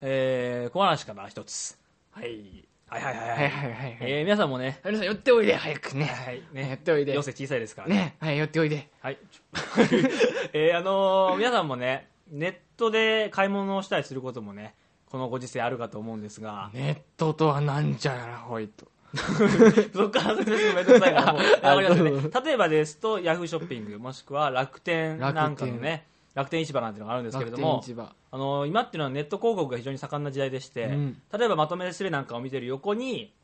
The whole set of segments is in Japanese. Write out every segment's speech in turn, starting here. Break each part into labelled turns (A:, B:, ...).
A: えー、小話から一つ。はい。はいはいはいは
B: は
A: い。
B: いはいはいはい。
A: えー、皆さんもね、
B: 皆さん、寄っておいで、早くね。
A: はい、
B: ね、寄っておいで
A: 寄。せ小さいですからね。
B: ね、はい、寄っておいで。
A: はい。 えー、あのー皆さんもね、ネットで買い物をしたりすることもね、このご時世あるかと思うんですが、
B: ネットとはなんじゃらほいと。
A: そこから説明するのめんどくさいな。もう
B: あ
A: わかりますよ
B: どう
A: ね。例えばですと、ヤフーショッピング、もしくは楽天なんかの
B: 楽天
A: ね、楽天市場なんていうのがあるんですけれど
B: 楽
A: も
B: 天市、場。
A: あの今っていうのはネット広告が非常に盛んな時代でして、
B: うん
A: 例えばまとめスレなんかを見てる横に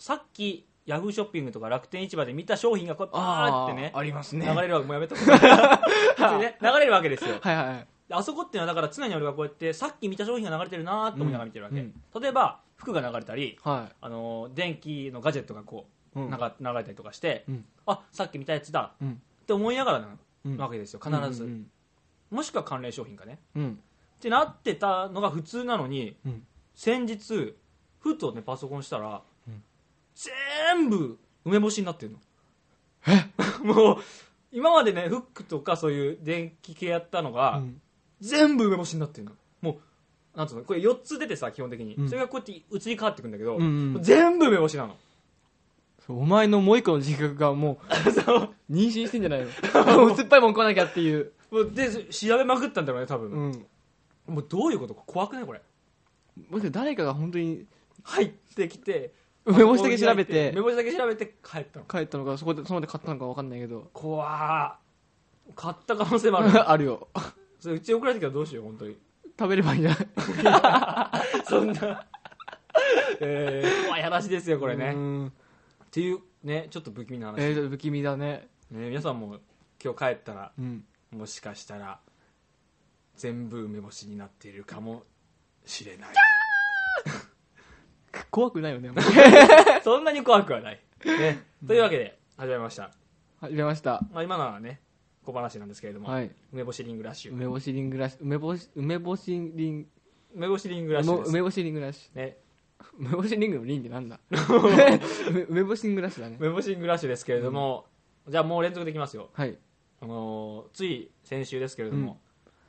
A: さっきヤフーショッピングとか楽天市場で見た商品がこう
B: あ
A: バー
B: あ、
A: ってね
B: ありますね。
A: 流れ
B: はい
A: るわけもうやめとこう でね流れるわけですよ
B: はいはい。
A: あそこっていうのはだから常に俺がこうやってさっき見た商品が流れてるなーって思いながら見てるわけ、
B: うん
A: 例えば服が流れたり
B: は
A: あの電気のガジェットがこう、
B: うん
A: なんか流れたりとかして、
B: い。うん。
A: あさっき見たやつだ
B: うん。
A: って思いながらな
B: うん
A: わけですよ必ず、
B: うん。
A: もしくは関連商品かね
B: うん。
A: ってなってたのが普通なのに
B: うん。
A: 先日ふとねパソコンしたら、
B: うん
A: 全部梅干しになってるのえ もう今までねフックとかそういう電気系やったのが、
B: うん
A: 全部梅干しになってるのもうなんつうのこれ4つ出てさ基本的に、
B: うん
A: それがこうやって移り変わってくんだけど、
B: うんうん
A: もう全部梅干しなの
B: そうお前のもう一個の人格がも
A: そう
B: う、妊娠してんじゃない のもう酸っぱいもん食わなきゃっていう。
A: もうで調べまくったんだろうね多
B: う
A: 分、
B: ん。
A: もうどういうこと怖くないこれ
B: もしか誰かが本当に
A: 入ってきて
B: 梅干しだけ調べて
A: 梅干しだけ調べて帰ったの
B: 帰ったのか、そこで、その場で買ったのかわかんないけど。
A: 怖ー買った可能性もある
B: あるよ。
A: それうち送られてきたらどうしよう本当に
B: 食べればいいんじゃない
A: そんな、 えー、怖い話ですよこれね、っ
B: うん
A: ていうねちょっと不気味な話、
B: えー、不気味だね。
A: ね、皆さんも今日帰ったら
B: うん。
A: もしかしたら全部梅干しになっているかもしれない
B: 怖くないよね。
A: そんなに怖くはない、ね、というわけで始めました、
B: 始めました。
A: まあ、今のはね小話なんですけれども、
B: はい。
A: 梅干しリングラッシュ
B: 梅干しリングラッシュ、梅干し、梅干しリン、
A: 梅干しリングラッシュ
B: 梅
A: です、
B: 梅干しリングラッシ
A: ね、
B: ュ。梅干しリングのリンってなんだ梅梅干しリングラッシュだね。
A: 梅干しリングラッシュですけれども、じゃあもう連続でいきますよ
B: はい。
A: あのーつい先週ですけれども、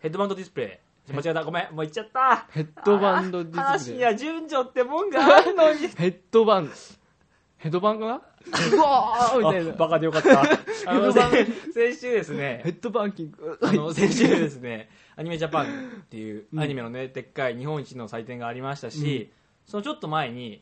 A: ヘッドバンドディスプレイ間違えたごめんもう言っちゃった
B: ヘッドバンドディスプ
A: 話に
B: レイ。
A: は順序ってもんがあるのに
B: ヘッドバンド。ヘッドバンかなうわーみたい
A: あ
B: な。
A: バカでよかったあの
B: ヘッドバン
A: 先先週です
B: ヘ
A: ね
B: ッドバンキング。
A: あの先週ですねアニメジャパンっていうアニメのね、でっかい日本一の祭典がありましたし、そのちょっと前に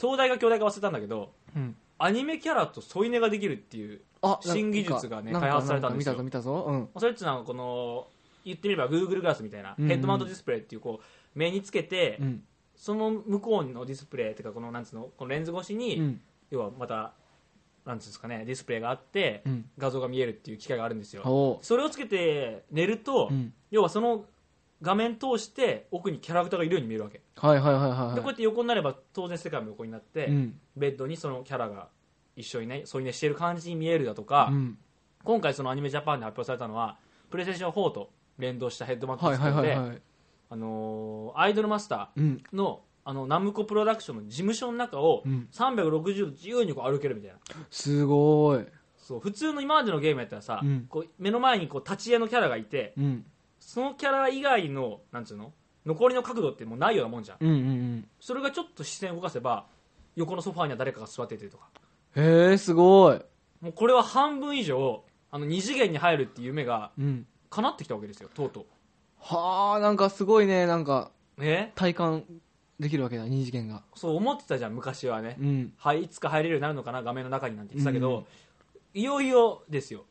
A: 東大か京大か忘れたんだけど
B: うん
A: アニメキャラと添い寝ができるっていう
B: あ
A: 新技術がね開発されたんですよ
B: なんか見たぞ、見たぞ。うん。
A: まあそれっていうのはこの言ってみれば Google グラスみたいな、
B: うん
A: ヘッドマウントディスプレイっていうこう目につけて、
B: うん。
A: その向こうのディスプレイっていうかこのなんつうのこのレンズ越しに、
B: うん。
A: 要はまたなんつうんですかねディスプレイがあって、
B: うん
A: 画像が見えるっていう機械があるんですよ
B: おー
A: それをつけて寝ると、
B: うん。
A: 要はその画面通して奥にキャラクターがいるように見えるわけ、
B: はいはいはいはいはい。
A: でこうやって横になれば当然世界も横になって、
B: うん。
A: ベッドにそのキャラが一緒にね添い寝してる感じに見えるだとか、
B: うん。
A: 今回そのアニメジャパンで発表されたのはプレイステーション4と連動したヘッドマウント
B: は
A: デ
B: い
A: ィスプ
B: はい
A: レイで、
B: はいはい。
A: あのーアイドルマスタ
B: うん。
A: ーのあのナムコプロダクションの事務所の中を
B: うん
A: 360度自由にこう歩けるみたいな
B: すごーい。
A: そう普通の今までのゲームやったらさ、
B: うん
A: こう目の前にこう立ち絵のキャラがいて
B: うん。
A: そのキャラ以外のなんつうの残りの角度ってもうないようなもんじゃん
B: うんうん
A: それがちょっと視線を動かせば横のソファーには誰かが座っててとか
B: うん。へえ、すごい。
A: もうこれは半分以上あの2次元に入るっていう夢が
B: うん。
A: 叶ってきたわけですよとうと
B: はあ、なんかすごいね、なんか
A: うね
B: 体感できるわけだ、二次元が。
A: そう思ってたじゃん昔はね、
B: うん。
A: はい、いつか入れるようになるのかな画面の中になんて言ってたけ
B: う
A: ど、いよいよですよ、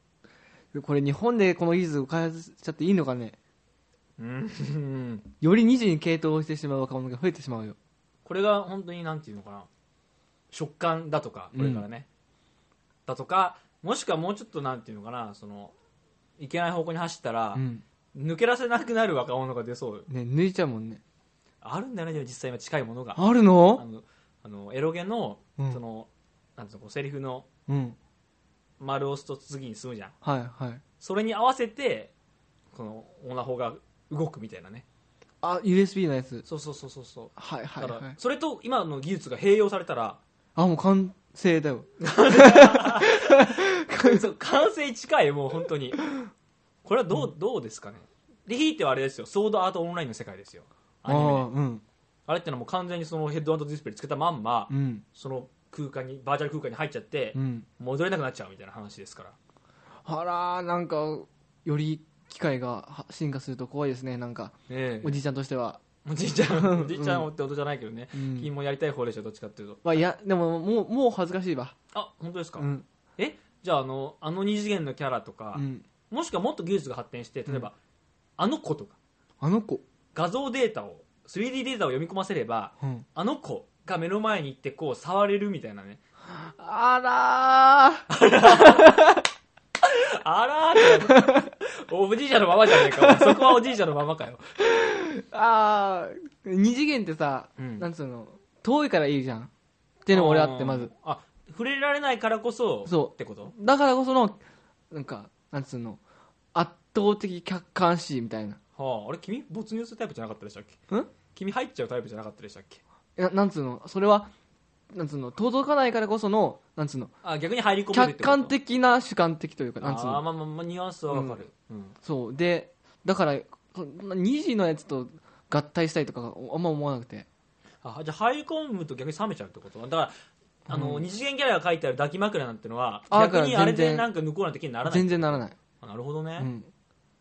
B: これ日本でこの技術を開発しちゃっていいのかね。
A: うん、
B: より二次に傾倒してしまう若者が増えてしまうよ。
A: これが本当になんていうのかな食感だとかこれからね、だとかもしくはもうちょっとなんていうのかなそのいけない方向に走ったら
B: う、ん。
A: 抜け出せなくなる若者が出そう
B: ね、抜いちゃうもんね。
A: あるんだよねでも実際今近いものが
B: ある
A: あ
B: の
A: のあのエロゲの,、
B: うん
A: そのなんていうのこうセリフの
B: うん。
A: 丸を押すと次に進むじゃん
B: はいはい。
A: それに合わせてこのオナホが動くみたいなね
B: あ、USB のやつ。
A: そうそうそうそうそう
B: はいは
A: だ
B: い
A: か
B: は
A: ら
B: い。
A: それと今の技術が併用されたら
B: あ、もう完成だよ。
A: そう完成近いもう本当にこれはどう,、どうですかねでひいてはあれですよソードアートオンラインの世界ですよア
B: あ
A: ニ
B: あ
A: メ
B: ー、うん。
A: あれってのはもう完全にそのヘッドアンドディスプレイつけたまんま、
B: うん
A: その空間にバーチャル空間に入っちゃって、
B: うん
A: 戻れなくなっちゃうみたいな話ですから
B: あらーなんかより機械がは進化すると怖いですねなんか
A: え
B: おじいちゃんとしては
A: おじいちゃんおじいちゃんってことじゃないけどね、
B: うん
A: 君もやりたい方でしょどっちかっていうと
B: まあいやでももうもう恥ずかしいわ
A: あ本当ですか、
B: うん
A: えじゃああのあの二次元のキャラとか、
B: うん
A: もしくはもっと技術が発展して例えば、あの子とか
B: あの子
A: 画像データを 3D データを読み込ませれば
B: うん
A: あの子が目の前に行ってこう触れるみたいなね
B: あらー
A: あらーって おじいちゃんのままじゃねえかお前そこはおじいちゃんのままかよ
B: あー二次元ってさ、
A: うん
B: なんつうの遠いからいいじゃんっていうのも俺あってまず
A: あーあ触れられないからこそ
B: そう
A: ってこと
B: だからこそのなんかなんつうの圧倒的客観視みたいな
A: はあ、あれ君没入するタイプじゃなかったでしたっけ
B: ん
A: 君入っちゃうタイプじゃなかったでしたっけ
B: ななんつうのそれはなんつうの届かないからこそのなんつうの
A: あ逆に入り込めるって
B: 客
A: こと
B: 観的な主観的というかなんつう
A: あー
B: の
A: まあまあまあニュアンスはわかる、うん
B: そうでだからそ2時のやつと合体したいとかあんま思わなくて
A: あじゃあ入り込むと逆に冷めちゃうってことだからあの、
B: う
A: 二次元キャラが書いてある抱き枕なんてのは
B: あ
A: 逆にあれ
B: だから全
A: で
B: 然
A: なんか抜こうなんて気にならない
B: 全然ならない、
A: あなるほどね、
B: うん、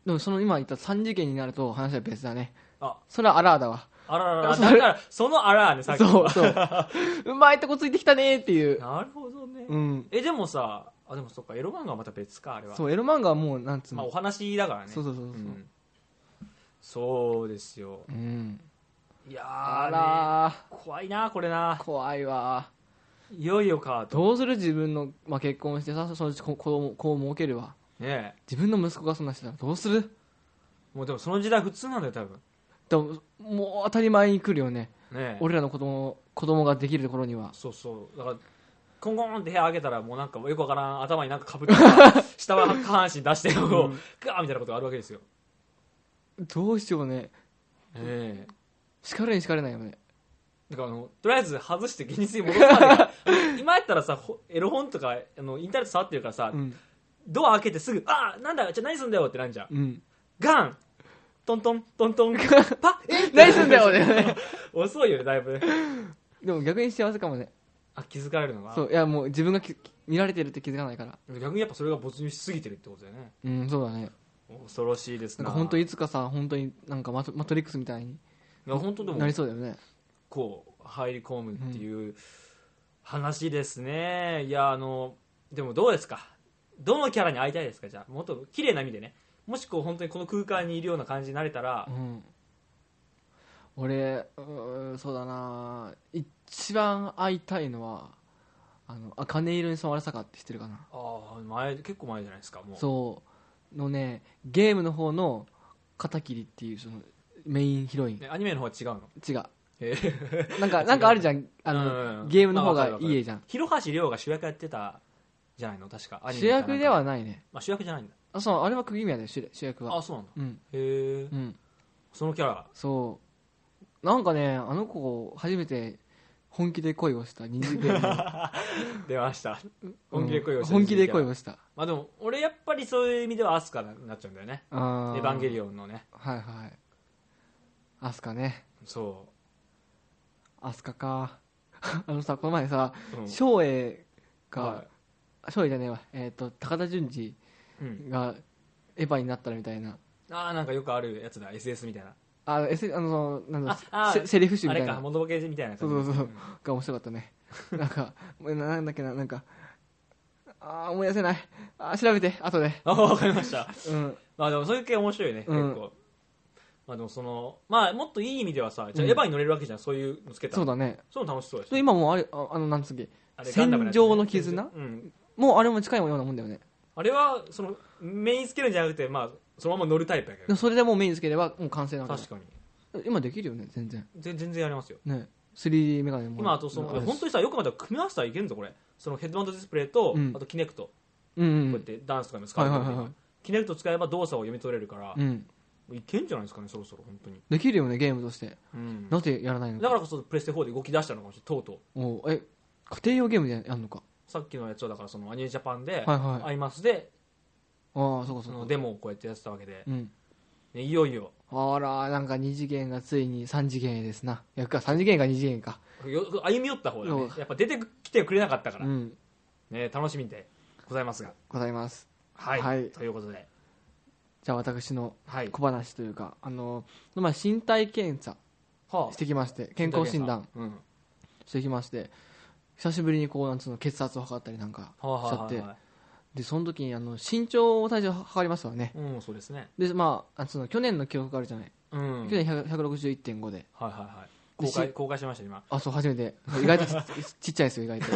B: でもその今言った3次元になると話は別だね
A: あ
B: それはアラーだわ
A: あららら
B: それ
A: だからそのあらねさっきの
B: そう そううまいとこついてきたねーっていう、
A: なるほどね、
B: うん、
A: えでもさあでもそっかエロ漫画はまた別かあれは
B: そうエロ漫画はもうなんつう
A: まあ、お
B: の、
A: 話だからね
B: そうそうそうそう、
A: んそうですよ
B: うん、
A: いや
B: あ
A: ー、ね、
B: ら
A: 怖いなこれな
B: ー怖いわ
A: いよいよかと
B: どうする自分の、まあ、結婚してさそのうち子供子を設けるわ
A: ねえ
B: 自分の息子がそんなしてたらどうする
A: もうでもその時代普通なんだよ多分
B: でももう当たり前に来るよね
A: ねえ
B: 俺らの子供子供ができるところには
A: そうそうだからコンコンって部屋開けたらもうなんかよくわからん頭になんかかぶってさ下は下半身出してこうガーみたいなことがあるわけですよ
B: どうしようね
A: ええ
B: 叱るに叱れないよね
A: だからあのとりあえず外して現実に戻ったんだ 今やったらさほエロ本とかあのインターネット触ってるからさ、
B: うん
A: ドア開けてすぐ「ああなんだじゃあ何すんだよ」ってなんじゃん
B: うん
A: ガントントントン トンパッ
B: 何すんだよね
A: 遅いよねだいぶね
B: でも逆に幸せかもね
A: あ気づかれるのが
B: そういやもう自分がき見られてるって気づかないから
A: 逆にやっぱそれが没入しすぎてるってことだよね
B: うんそうだね
A: 恐ろしいです
B: なん
A: な
B: か本当いつかさ本当になんかマトマトリックスみたいに
A: いや本当でも
B: なりそうだよね
A: こう入り込むっていう話ですね、いやあのでもどうですかどのキャラに会いたいですかじゃあもっと綺麗な意味でねもしこう本当にこの空間にいるような感じになれたら
B: う、ん俺うーんそうだな一番会いたいのはあのあ金色に染まれさかって知ってるかな
A: ああ前結構前じゃないですかもう
B: そうのねゲームの方の片桐っていうそのメインヒロイン
A: ねアニメの方は違うの
B: 違う
A: え
B: なんかなんかあるじゃんあの、
A: うん
B: ゲームの
A: ま
B: 方
A: あわ
B: が
A: かるわかる
B: いい絵じゃん、
A: 広橋涼が主役やってたじゃないの確かアニ
B: 主
A: メかなんか
B: 役ではないね
A: まあ、主役じゃないんだ
B: あそうあれは釘宮だよ主主役
A: あ
B: は
A: そうなんだ
B: うん
A: へえ
B: うん
A: そのキャラ
B: そうなんかねあの子初めて本気で恋をした二次元の
A: 出ました 本気で恋をして
B: うん本気で恋
A: し
B: をした
A: まあでも俺やっぱりそういう意味ではアスカになっちゃうんだよね
B: エヴ
A: エヴァンゲリ
B: オン
A: オンのね
B: はいはいアスカね
A: そ
B: アスカか あのさこの前さ
A: う、うん
B: 照英が
A: は
B: 照英じゃねえわえっと高田純次
A: いうん
B: がエヴァになったらみたいな
A: ああなんかよくあるやつだ SS みたいな
B: あの、S、あの、なんだ
A: ああ
B: セセリフ集
A: あ
B: みた
A: れ
B: い
A: か
B: な。
A: モノボケみたいな感じ
B: そうそうそうが面白かったね。 なんか、ななんだっけな、なんか、ああ、思い出せない。あー調べて、後で。
A: あわかりました
B: うん。
A: まあでもそういう系面白いよね、
B: うん
A: 結構まあでもそのまあもっといい意味ではさじゃあ
B: うん
A: エヴァに乗れるわけじゃん、そういうのつけたら
B: そうだね。
A: そういうの楽しそうです
B: で、今もうあれ、ああの、なんつうっけ、
A: あれガンダムやつね
B: 戦場の絆
A: うん
B: もうあれも近いようなもんだよね。
A: あれはそのメインつけるんじゃなくてまあそのまま乗るタイプやけ
B: で
A: ど
B: もそれでもう目につければ、もう完成なわけだ
A: 確かに
B: 今できるよね、全然。
A: ぜ全然やりますよ
B: ね。3D メガネも。
A: 今あとその
B: うん
A: 本当にさよくまだ組み合わせたらいけんぞこれそのヘッドマウントディスプレイと、
B: うん
A: あとキネクトこ
B: うん
A: う
B: う
A: やっ
B: ん。
A: てダンスとかにも使う
B: はい
A: け
B: はい
A: ど、
B: はいはい。
A: キネクト使えば動作を読み取れるから、
B: うん。
A: いけんじゃないですかねそろそろ本当に、
B: できるよね、ゲームとして。なぜやらないの
A: だからこそプレステ4で動き出したのかもしれないとうとう
B: おうえ、家庭用ゲームでやるのか。
A: さっきのやつはだからそのアニメジャパンで、
B: はいはい
A: アイマスで
B: ああ、そう
A: そ
B: かそう
A: の
B: か。
A: デモをこうやってやってたわけで、
B: うん。
A: ね、いよいよ
B: あらなんか2次元がついに3次元へですな役か3次元か2次元か
A: よ歩み寄った方だね
B: そう
A: やっぱ出てきてくれなかったから、
B: うん
A: ね、楽しみでございますが
B: ございます
A: はい、
B: はい
A: ということで、
B: じゃあ私の
A: はい
B: 小話というかあの、まあ、身体検査
A: はあ
B: してきまして健康診断、
A: うん
B: してきまして久しぶりにこうなんつうの血圧を測ったりなんかしち
A: はあはあ
B: ゃっ
A: はい
B: て
A: はい
B: でその時にあの身長体重測りましたよね
A: うん、そうですね、
B: でまああその去年の記憶があるじゃない、
A: うん、はい
B: 去年100 161.5で
A: はいはい
B: で
A: 公開
B: し
A: 公開しました今
B: あそう初めて意外とちちっちゃいですよ 意外と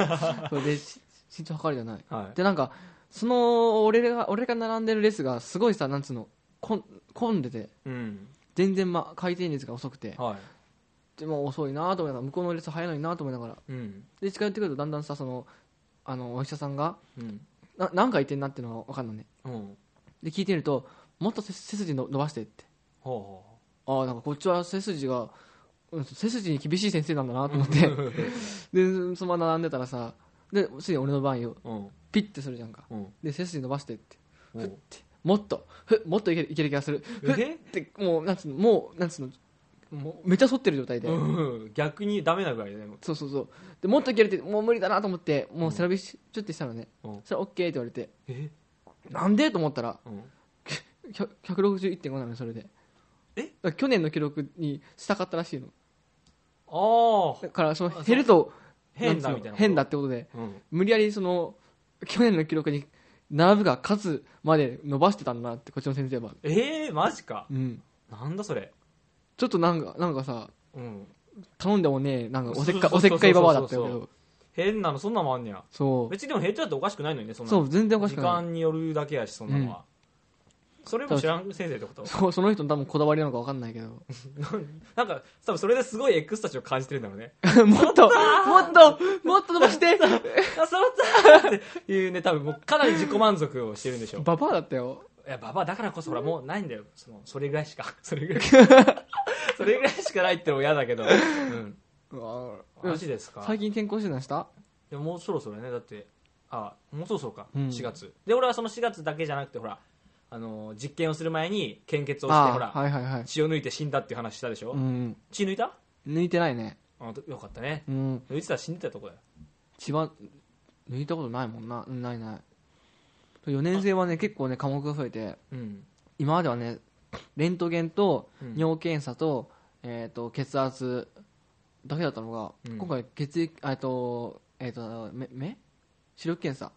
B: それでし身長測るじゃない
A: はい
B: でなんかその俺が俺が並んでるレースがすごいさなんつうのこん混んでて
A: うん
B: 全然、ま、回転率が遅くて
A: は
B: でも遅いなと思いながら向こうの列早いのになと思いながら
A: いうん
B: で近寄ってくるとだんだんさそのあのお医者さんが
A: うん
B: な何回言ってんなってのは分かんないね
A: うん
B: で聞いてみるともっと背背筋の伸ばしてって
A: ほうほ
B: ああなんかこっちは背筋が、うん、背筋に厳しい先生なんだなと思ってでそのまま並んでたらさでつい俺の番よ
A: ううん
B: ピッてするじゃんか
A: うん
B: で背筋伸ばしてって
A: おう
B: もっとふもっといけるいける気がするふっ
A: え
B: てもうなんつうのもうなんつうのもうめっちゃ反ってる状態で、
A: うん逆にダメなぐらいだよ
B: そうそうそうでもっといけるってもう無理だなと思ってもう背伸びしちょっとしたのね、
A: うん
B: それオッケーって言われて
A: え
B: なんでと思ったら
A: うん
B: ひゃ161.5なのよそれで
A: え
B: だから去年の記録にしたかったらしいの
A: ああ
B: だからその減ると
A: 変だ
B: んつうの
A: みたいなこと
B: 変だってことで
A: うん
B: 無理やりその去年の記録に並ぶが勝つまで伸ばしてたんだなってこっちの先生は
A: ええマジか
B: うん
A: なんだそれ
B: ちょっとなんかなんかさ
A: うん
B: 頼んでもねえなんかおせっか
A: そ
B: お
A: うそ
B: せ
A: うそうそうそう
B: っかいババアだったけど
A: 変なのそんなもんあんねや
B: そう
A: 別にでも減っちゃっておかしくないのにねそんな
B: そ
A: の
B: う全然おかしく
A: 時
B: ない
A: 間によるだけやしそんなのは、それも知らん先生ってこと
B: そうその人の多分こだわりなのか分かんないけど
A: なんか多分それですごい X たちを感じてるんだろう ね
B: も っともっともっと伸ばして
A: あそろったっていうね多分もうかなり自己満足をしてるんでしょう
B: ババアだったよ
A: いやババアだからこそほらもうないんだよそのそれぐらいしか それ ぐらいそれぐらいしかないってのも嫌だけど、うん、
B: うわ
A: マジですか
B: 最近健康診断した
A: でももうそろそろねだってあもうそろそろか、
B: うん
A: 4月で俺はその4月だけじゃなくてほらあの実験をする前に献血をしてほら、
B: あーはいはいはい
A: 血を抜いて死んだっていう話したでしょ、
B: うん
A: 血抜いた
B: 抜いてないね
A: あよかったね
B: うん
A: 抜いてたら死んでたとこだよ
B: 血は抜いたことないもんなうんないない4年生はね結構ね科目が増えて
A: うん
B: 今まではねレントゲンと
A: うん
B: 尿検査と,、えー、と血圧だけだったのが、
A: うん
B: 今回血液えっと,、えー、と目目視力検査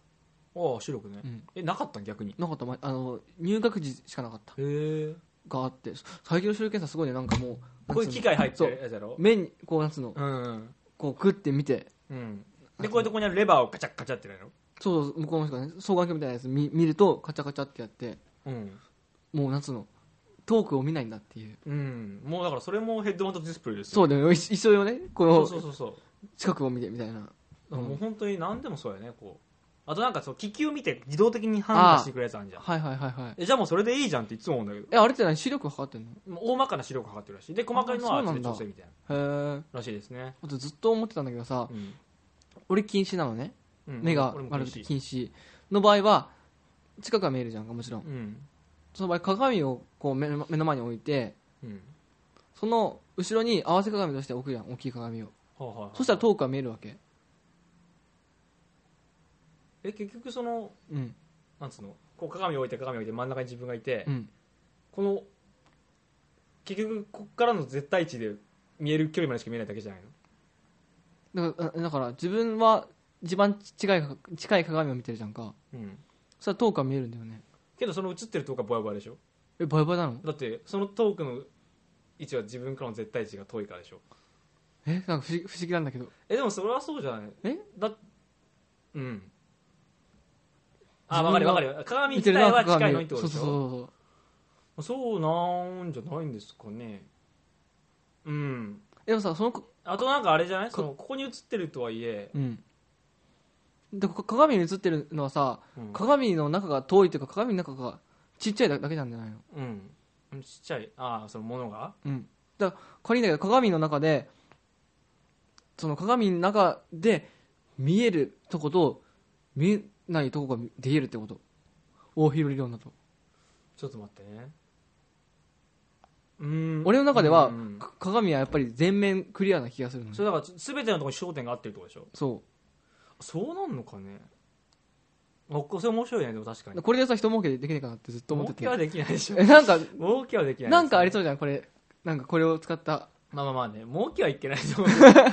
A: ああ白くね、
B: うん
A: えなかったん逆に
B: なかったまあの入学時しかなかった
A: へえ
B: があって最近の視力検査すごいねなんかもう
A: こういう機械入って
B: そう
A: るやつやろ
B: 目にこうなんつうの
A: うん
B: こうグッて見て
A: うんでこういうとこにあるレバーをカチャッカチャってやる
B: そうそう向こうの人がね双眼鏡みたいなやつ見見るとカチャカチャってやって
A: のうん
B: もうなんつうの遠くを見ないんだっていう
A: うんもうだからそれもヘッドマウントディスプレイですよ
B: そうだよ一一緒よねこ
A: そうそ
B: の
A: うそうそう
B: 近くを見てみたいな
A: だ
B: う
A: からもうん本当に何でもそうやねこうあとなんかそう気球見て自動的に判断してくれるやつあるじゃん
B: はいはいはいはい
A: えじゃあもうそれでいいじゃんっていつも思うんだけど
B: えあれって何視力測ってんの
A: もう大まかな視力測ってるらしいで細かいのは
B: あ
A: 後
B: そうな
A: で
B: んだ
A: 調整みたいな
B: へえ
A: らしいですね
B: あとずっと思ってたんだけどさ
A: うん
B: 俺近視なのね
A: うん
B: 目が
A: 俺も
B: 悪く
A: 近
B: て
A: 視
B: 近視の場合は近くは見えるじゃんかもちろん
A: うん
B: その場合鏡をこう目の目の前に置いて
A: うん
B: その後ろに合わせ鏡として置くじゃん大きい鏡を
A: はいはいはい
B: そしたら遠くは見えるわけ
A: え結局その
B: うん
A: なんつうのこう鏡置いて鏡置いて真ん中に自分がいて、
B: うん
A: この結局こっからの絶対値で見える距離までしか見えないだけじゃないの
B: だからあだから自分は一番近いか近い鏡を見てるじゃんか
A: うん
B: そしたら遠くは見えるんだよね
A: けどその映ってる遠くはぼやぼやでしょ
B: えバイバイなの
A: だってその遠くの位置は自分からの絶対値が遠いからでしょ
B: えなんか不思議不思議なんだけど
A: えでもそれはそうじゃない
B: え
A: だうんあ分かる
B: 自分が
A: 分かるよ鏡自体は近いのにって
B: そ
A: こ
B: う
A: と
B: そう
A: でしょ
B: そうそう
A: そうなんじゃないんですかねうん
B: でもさそのこ
A: あとなんかあれじゃないそのここに映ってるとはいえ、
B: うんでこ鏡に映ってるのはさ
A: うん
B: 鏡の中が遠いというか鏡の中がちっちゃいだけなんじゃないの
A: うん、ちっちゃいああそのものが
B: うんだから仮にだけど鏡の中でその鏡の中で見えるとこと見えないとこが出えるってこと大広理論だと
A: ちょっと待ってねうん
B: 俺の中では、
A: うんうん
B: か鏡はやっぱり全面クリアな気がするの
A: それだから全てのところに焦点が合ってるってことでしょ
B: そ
A: そうなんのかねあそれ面白いねでも確か
B: う
A: に
B: これでさ人儲けできねえかなってずっと思ってて
A: 儲けはできないでしょ
B: えなんか
A: 儲けはできないです
B: なんかありそうじゃんこれなんかこれを使った
A: まあまあまあね儲けはいけないと思う なんか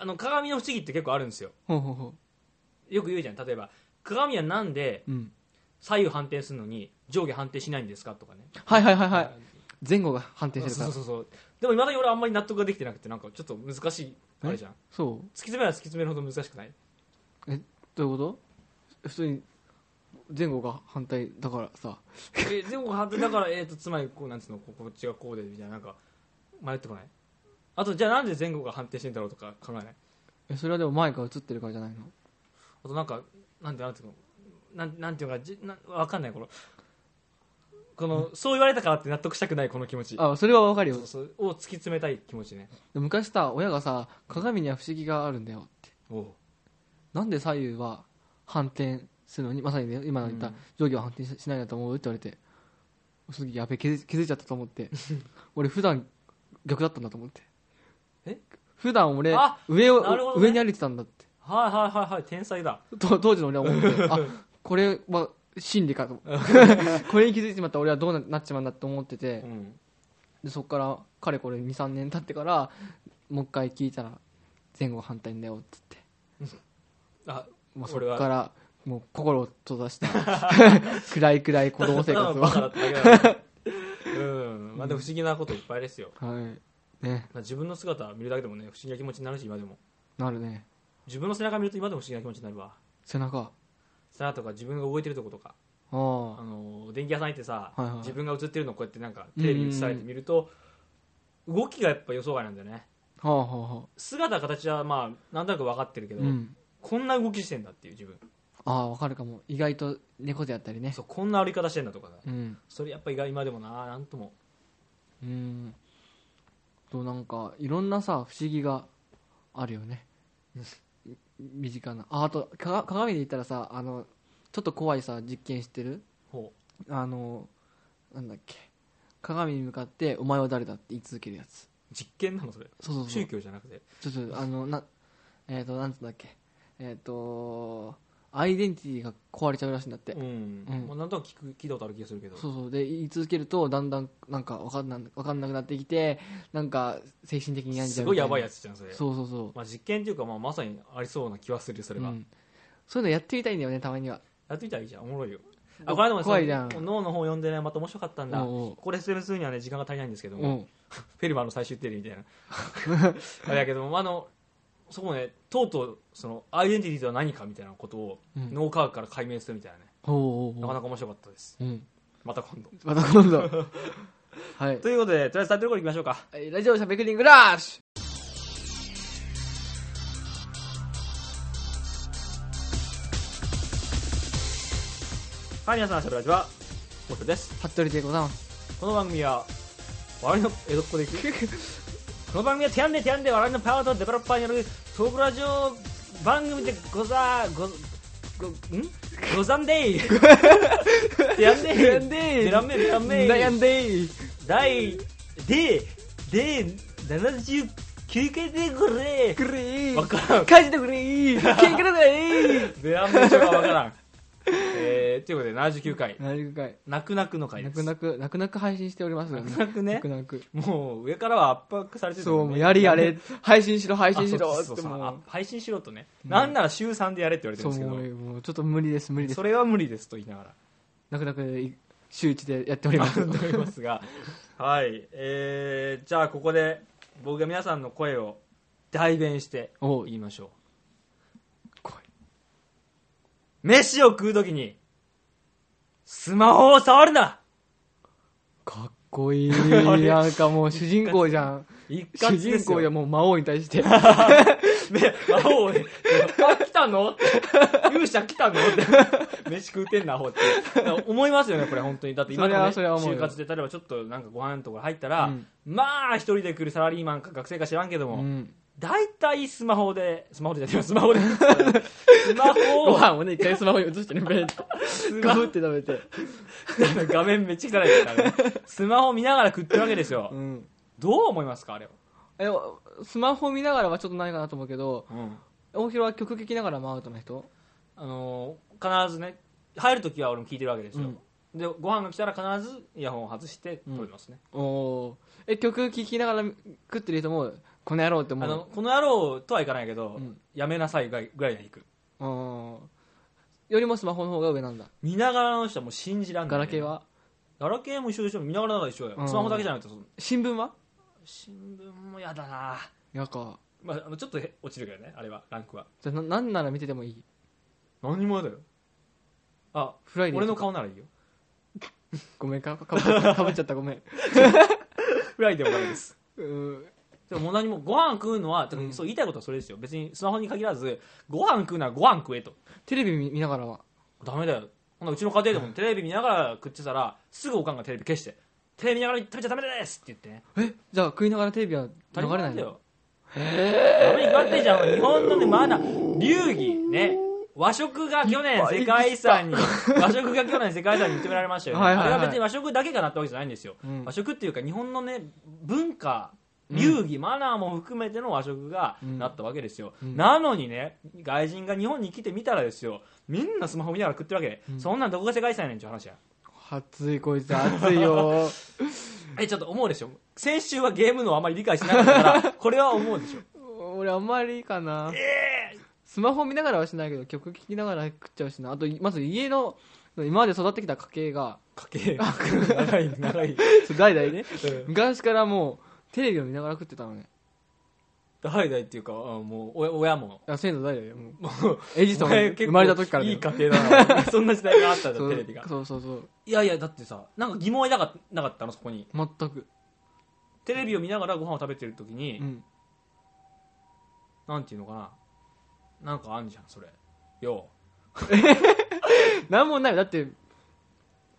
A: あの鏡の不思議って結構あるんですよ
B: ほうほうほ
A: よく言うじゃん例えば鏡はなんで
B: う、うん、
A: 左右反転するのに上下反転しないんですかとかね
B: はいはいはいはい前後が反転してる
A: そ
B: から
A: うそうそうでもいまだに俺あんまり納得ができてなくてなんかちょっと難しいあれじゃん突
B: そう
A: き詰めれば突き詰めるほど難しくない
B: どういうこと普通に前後が反対だからさ
A: えでもだから、えー、とつまりこうなんつうのここっちがこうでみたいななんか迷ってこないあとじゃあなんで前後が反転してんだろうとか考えない
B: えそれはでも前が映ってるからじゃないの
A: あとなんかなんてなんていうのなんなんていうのかじなわかんないこのこの、そう言われたからって納得したくないこの気持ち
B: あそれはわかるよ
A: そうそうを突き詰めたい気持ちね
B: で昔さ親がさ鏡には不思議があるんだよって
A: おう
B: なんで左右は反転するのにまさにね今の言った、
A: うん
B: 上下は反転しないなと思うって言われてその時やべえ気づ気づいちゃったと思って 俺普段逆だったんだと思って
A: え
B: 普段俺
A: あ
B: 上を、
A: なるほどね
B: 上に歩いてたんだって
A: はいはいはいはい天才だ
B: と当時の俺は思ってあこれは真理かとこれに気づいてしまったら俺はどうななっちまうんだって思ってて
A: うん
B: でそこからかれこれ23年経ってからもう一回聞いたら前後反対だよっつって
A: あ
B: もうそ
A: 俺は
B: こからもう心を閉ざした暗い暗い子供生活 を
A: ただ
B: は
A: のバカだっただけだうんまあでも不思議なこといっぱいですよ、
B: いね
A: まあ、自分の姿見るだけでもね不思議な気持ちになるし今でも
B: なるね
A: 自分の背中見ると今でも不思議な気持ちになるわ
B: 背中あ
A: 背中とか自分が動いてるとことかあ
B: あ
A: のー電気屋さん行ってさ、
B: はいはい
A: 自分が映ってるのこうやってなんかテレビに映されて見ると動きがやっぱ予想外なんだよね
B: はあはあは
A: 姿形はまあなんとなく分かってるけ
B: あ
A: ど、
B: うん
A: こんな動きしてんだっていう自分
B: ああわかるかも意外と猫背やったりね
A: そうこんな歩き方してんだとかさ
B: うん
A: それやっぱ意外今でもななんとも
B: うんとなんかいろんなさ不思議があるよね身近なああとか鏡で言ったらさあのちょっと怖いさ実験してる
A: ほう
B: あのなんだっけ鏡に向かって「お前は誰だ?」って言い続けるやつ
A: 実験なのそれ
B: そうそうそう
A: 宗教じゃなくて
B: ちょっとあのなえっ、となんつうんだっけえっ、とアイデンティティが壊れちゃうらしいんだって、
A: うん、
B: うん
A: もうなんとなく聞く聞いたことある気がするけど
B: そうそうで言い続けるとだんだんなんかわかんなわかんなくなってきてなんか精神的に病んじ
A: す
B: ゃう
A: ごい
B: みた
A: やばいや
B: つ
A: つじゃんそれ
B: そうそうそう
A: まあ、実験っていうか、まあ、まさにありそうな気はするよそれは、
B: うんそういうのやってみたいんだよねたまには
A: やってみたらいいじゃんおもろいよあこれでも
B: 怖いじゃん
A: 脳の本読んでねまた面白かったんだ
B: おうおう
A: これ説明するにはね時間が足りないんですけど
B: う
A: も
B: ん
A: フェルマーの最終定理みた いなあれやけどもあのそこもねとうとうそのアイデンティティとは何かみたいなことを
B: うん
A: 脳科学から解明するみたいなね、
B: ほうほう
A: なか
B: ほ
A: なか面白かったです
B: ううん
A: また今度
B: また今度 はい
A: ということでとりあえずタイトルコールいきましょうか
B: はいラジオしゃべくりングラッシ
A: はい皆さんしゃべらじはもちです
B: ュ服部でございます
A: この番組は笑いの江戸っ子でいく この番組はてやんでてやんで笑いのパワーとデベロッパーによるトークラジオ番組でござごごんござんでい てやんでい
B: てやんでい
A: てらんめいてらんめい
B: 悩んでー
A: 第でで79回でこれ
B: くれ
A: わ
B: ー
A: からん
B: 返してくれー 喧嘩だー
A: でらんめいちゃわからんえー、ということで79回
B: 泣くかい
A: 泣く泣くの回で
B: 泣
A: す
B: く泣く泣く泣く配信しておりますよね
A: 泣く泣くね
B: 泣く泣く
A: もう上からは圧迫されてるんだよ
B: そ
A: ね
B: うもうやれやれ配信しろ配信し
A: あ
B: ろ
A: そ
B: っ
A: うそ
B: て
A: うそうそうあ
B: も
A: 配信しろとね、なんなら週3でやれって言われ
B: う
A: てる
B: そ
A: んで
B: う
A: すけ
B: も
A: ど
B: うもうちょっと無理です無理です
A: それは無理ですと言いながら
B: 泣く泣く週一でやっておりま す
A: 思います がはいえー、じゃあここで僕が皆さんの声を代弁して
B: おう
A: 言いましょ
B: 来いう
A: 飯を食う時にスマホを触るな
B: かっこ いい
A: れ
B: なんかもう主人公じゃん
A: 一
B: 主
A: 括で
B: 人
A: すよ
B: 公やもう魔王に対して
A: ね魔王俺来たのって勇者来たのって 飯食うてんなアホって思いますよねこれ本当にだって今でも、ね、
B: それはそれは思うよ
A: 就活で例えばちょっとなんかご飯とか入ったら、
B: うん
A: まあ一人で来るサラリーマンか学生か知らんけど
B: う
A: も、
B: ん
A: 大体スマホでスマホでじゃないスマホでスマホ
B: ご
A: を
B: 飯をね、一回スマホに移してね、ベンって。
A: スマ
B: ガ
A: ホ
B: ブって食べて。
A: 画面めっちゃ汚いですからねスマホ見ながら食ってるわけですよ
B: うん。
A: どう思いますかあれは、
B: え、スマホ見ながらはちょっとないかなと思うけど、大広は曲聴きながらもアウトな人
A: あのー必ずね入るときは俺も聞いてるわけですよ、でご飯が来たら必ずイヤホンを外して撮りますね、
B: おおー。え、曲聴きながら食ってる人も、この野郎って思
A: あ
B: う。
A: のこの野郎とはいかないけど、
B: うん
A: やめなさいぐらいぐらいに行く
B: うんよりもスマホの方が上なんだ
A: 見ながらの人はもう信じらんな
B: ガ
A: い、
B: ラケーは
A: ガラケーも一緒でしょ見ながらなら一緒よ、
B: うん
A: スマホだけじゃなくてその
B: 新聞は
A: 新聞もやだな、
B: なんか
A: まあ、あのちょっとへ落ちるけどねあれはランクは
B: じゃあななんなら見ててもいい
A: 何もやだよあ
B: フライデー
A: 俺の
B: とか
A: 顔ならいいよ
B: ごめんかかぶっちゃかぶっちゃ ったごめん
A: フライデーもダメです
B: うー
A: でももう何もご飯食うのは、てか
B: うん
A: そう言いたいことはそれですよ別にスマホに限らずご飯食うならご飯食えと
B: テレビ見見ながらは
A: ダメだよほなうちの家庭でもテレビ見ながら食ってたらすぐおかんがテレビ消してテレビ見ながら食べちゃダメですって言ってね
B: えじゃあ食いながらテレビは流
A: 当たり前
B: れ
A: な
B: な
A: いんだ
B: の
A: よダメに決まってんじゃん日本のねマナー流儀ね和食が去年世界遺産に和食が去年世界遺産に認められましたよね
B: はいはいはい
A: あれは別に和食だけがなったわけじゃないんですよ、
B: うん
A: 和食っていうか日本のね文化流儀、マナーも含めての和食が
B: うん
A: なったわけですよ、
B: うん
A: なのにね外人が日本に来てみたらですよみんなスマホ見ながら食ってるわけ、
B: うん
A: そんなんどこが世界遺産やねんっていう話や
B: 熱いこいつ熱いよ
A: えちょっと思うでしょ先週はゲームのをあまり理解しなかった からこれは思うでしょ
B: 俺あんまりいいかな
A: ええ
B: スマホ見ながらはしないけど曲聴きながら食っちゃうしなあとまず家の今まで育ってきた家系が
A: 家計長い長い
B: そう代々ね昔からもうテレビを見ながら食ってたのね
A: 代々っていうか、あもう親親も
B: あ先祖代々よもう
A: もう
B: エジソンが
A: お前結構
B: 生まれた時からだ
A: い
B: よ
A: い家庭だな そんな時代があったじゃ
B: そ
A: ん
B: う
A: テレビが
B: そうそうそう
A: いやいやだってさなんか疑問はなかなかったのそこに
B: 全く、
A: テレビを見ながらご飯を食べてる時に、
B: うん、
A: なんていうのかななんかあんじゃんそれよ
B: 何もないよだって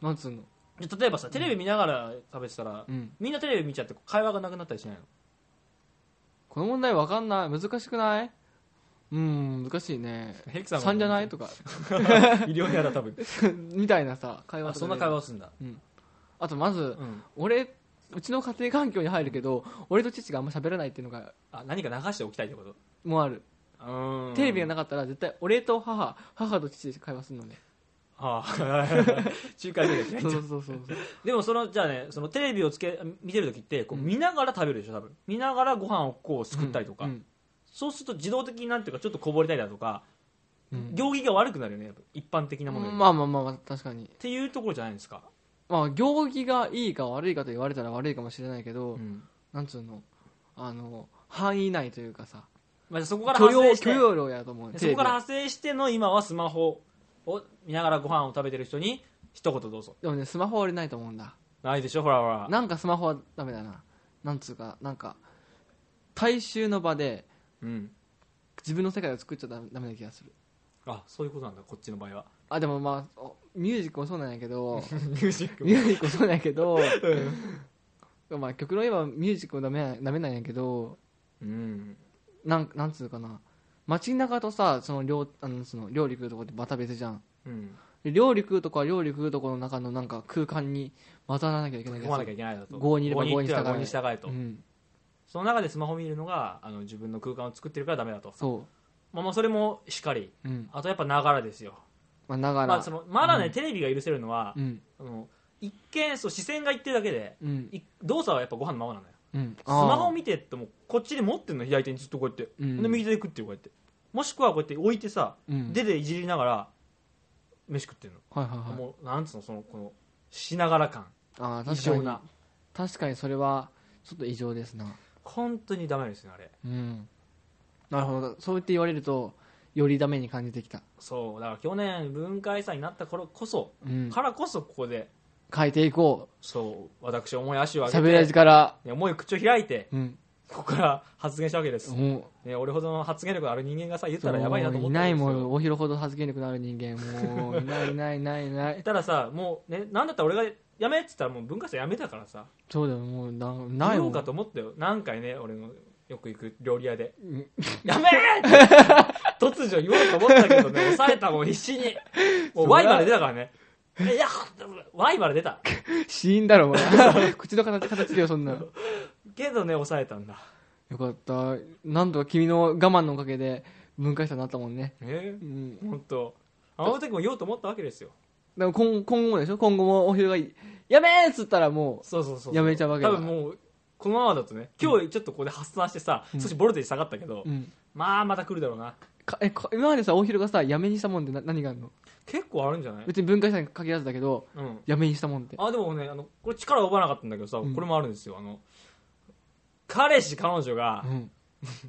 B: なんつうの
A: うで例えばさテレビ見ながら食べてたら、
B: うん
A: みんなテレビ見ちゃって会話がなくなったりしないの
B: この問題わかんない難しくないうん難しいね
A: ヘクさんも
B: 3じゃない とか
A: 医療やだ多分
B: みたいなさ会話
A: あ
B: と
A: そ
B: か
A: ん
B: ね
A: な会話をするんだ、
B: あとまず
A: うん、
B: 俺うちの家庭環境に入るけど俺と父があんま喋らないっていうのが
A: あ何か流しておきたいってこと
B: もある、
A: うん
B: テレビがなかったら絶対俺と母母と父で会話するのね
A: あ あ中華料理が嫌いって
B: そうそうそうそう
A: でもそのじゃあねそのテレビをつけ見てる時ってこう
B: うん
A: 見ながら食べるでしょ多分見ながらご飯をこうすくったりとか、
B: うん
A: そうすると自動的になんていうかちょっとこぼれたりだとか、
B: うん
A: 行儀が悪くなるよねやっぱ一般的なものより、
B: まあまあまあまあ確かに
A: っていうところじゃないですか、
B: まあ行儀がいいか悪いかと言われたら悪いかもしれないけ
A: う
B: ど、
A: ん
B: なんつうのあの範囲内というかさ
A: まあ、そこから
B: 許
A: 発
B: 容
A: 生して
B: 許容量やと思う
A: そこから
B: テレビは
A: 派生しての今はスマホを見ながらご飯を食べてる人に一言どうぞ
B: でもねスマホは俺ないと思うんだ
A: ないでしょほらほら
B: なんかスマホはダメだななんつうかなんか大衆の場で
A: うん
B: 自分の世界を作っちゃダメダメな気がする
A: あそういうことなんだこっちの場合は
B: あでもまあおミュージックもそうなんやけど
A: ミュージック
B: ミュージックもそうなんや けど、まあ極論言えばミュージックもダメなダメなんやけど
A: うん
B: なんなんつうかな街中とさその料あのその料理食うとこってまた別じゃん
A: うん
B: で料理食うとこは料理食うとこの中のなんか空間にまたならなきゃいけないけ
A: 食
B: ど
A: わなきゃいけないだと
B: 郷に入れば
A: 郷に行っては
B: 郷
A: 郷
B: に
A: に
B: 従
A: 従えと、
B: うん、
A: その中でスマホ見るのがあの自分の空間を作ってるからダメだと、
B: そ
A: まあ、まあそれもしっかり
B: う、うん
A: あとやっぱながらですよ
B: まあ、ながら、
A: まあ、そのまだね、テレビが許せるのは
B: う、ん
A: あの一見そう視線がいってるだけで
B: うん
A: い動作はやっぱご飯のままなのよ
B: うん、
A: スマホを見てってもこっちで持ってんの左手にずっとこうやって、
B: うん
A: で右手で食ってるこうやってもしくはこうやって置いてさ、
B: うん
A: 手でいじりながら飯食ってるの、
B: はいはいはい
A: もうなんつうのそのこのしながら感
B: あー
A: 異
B: 確か
A: 常
B: に
A: な
B: 確かにそれはちょっと異常ですな
A: 本当にダメですねあれ
B: うんなるほどそう言って言われるとよりダメに感じてきた、
A: そうだから去年文化遺産になった頃こそ、
B: うん、
A: からこそここで
B: 変えていこ
A: そう私重い足を
B: う
A: 上
B: 喋
A: げ
B: り味
A: て
B: から
A: ね思い口を開いて
B: うん
A: ここから発言したわけです、
B: もう
A: ね、俺ほどの発言力のある人間がさ言ったらやばいなと思
B: い
A: って
B: ないも
A: ん
B: ん大広ほど発言力のある人間もういないいないいないいない
A: たらさもうねなんだったら俺がやめって言ったらもう文化祭やめたからさ
B: そうだよもうなな
A: 言
B: いも
A: おうんかと思ったよ何回ね俺のよく行く料理屋で
B: うん
A: 「やめえ!」突如言おうと思ったけど ね抑えたもん必死にもう Y まで出たからねいや Y まで出た
B: 死因だろお前 口の形形だよそんなの
A: けどね抑えたんだ
B: よかったなんとか君の我慢のおかげで文化遺産になったもんね
A: え
B: う
A: え
B: ん
A: 本当あの時も言おうと思ったわけですよ
B: でも今今後もでしょ今後もお昼が「やべえ!」っつったらも
A: そうそうそう
B: やめちゃうわけだ
A: 多分もうこのままだとね今日ちょっとここで発散してさ、
B: うん
A: 少しボルテージ下がったけど、
B: う、うん、
A: まあまた来るだろうな
B: かえか今までさ大広がさやめにしたもんってな何があるの
A: 結構あるんじゃない
B: 別に文化遺産に限らずだけど
A: うん
B: やめにしたもんって
A: あでもねあのこれ力及ばなかったんだけどさ、
B: うん
A: これもあるんですよあの彼氏彼女が
B: う、ん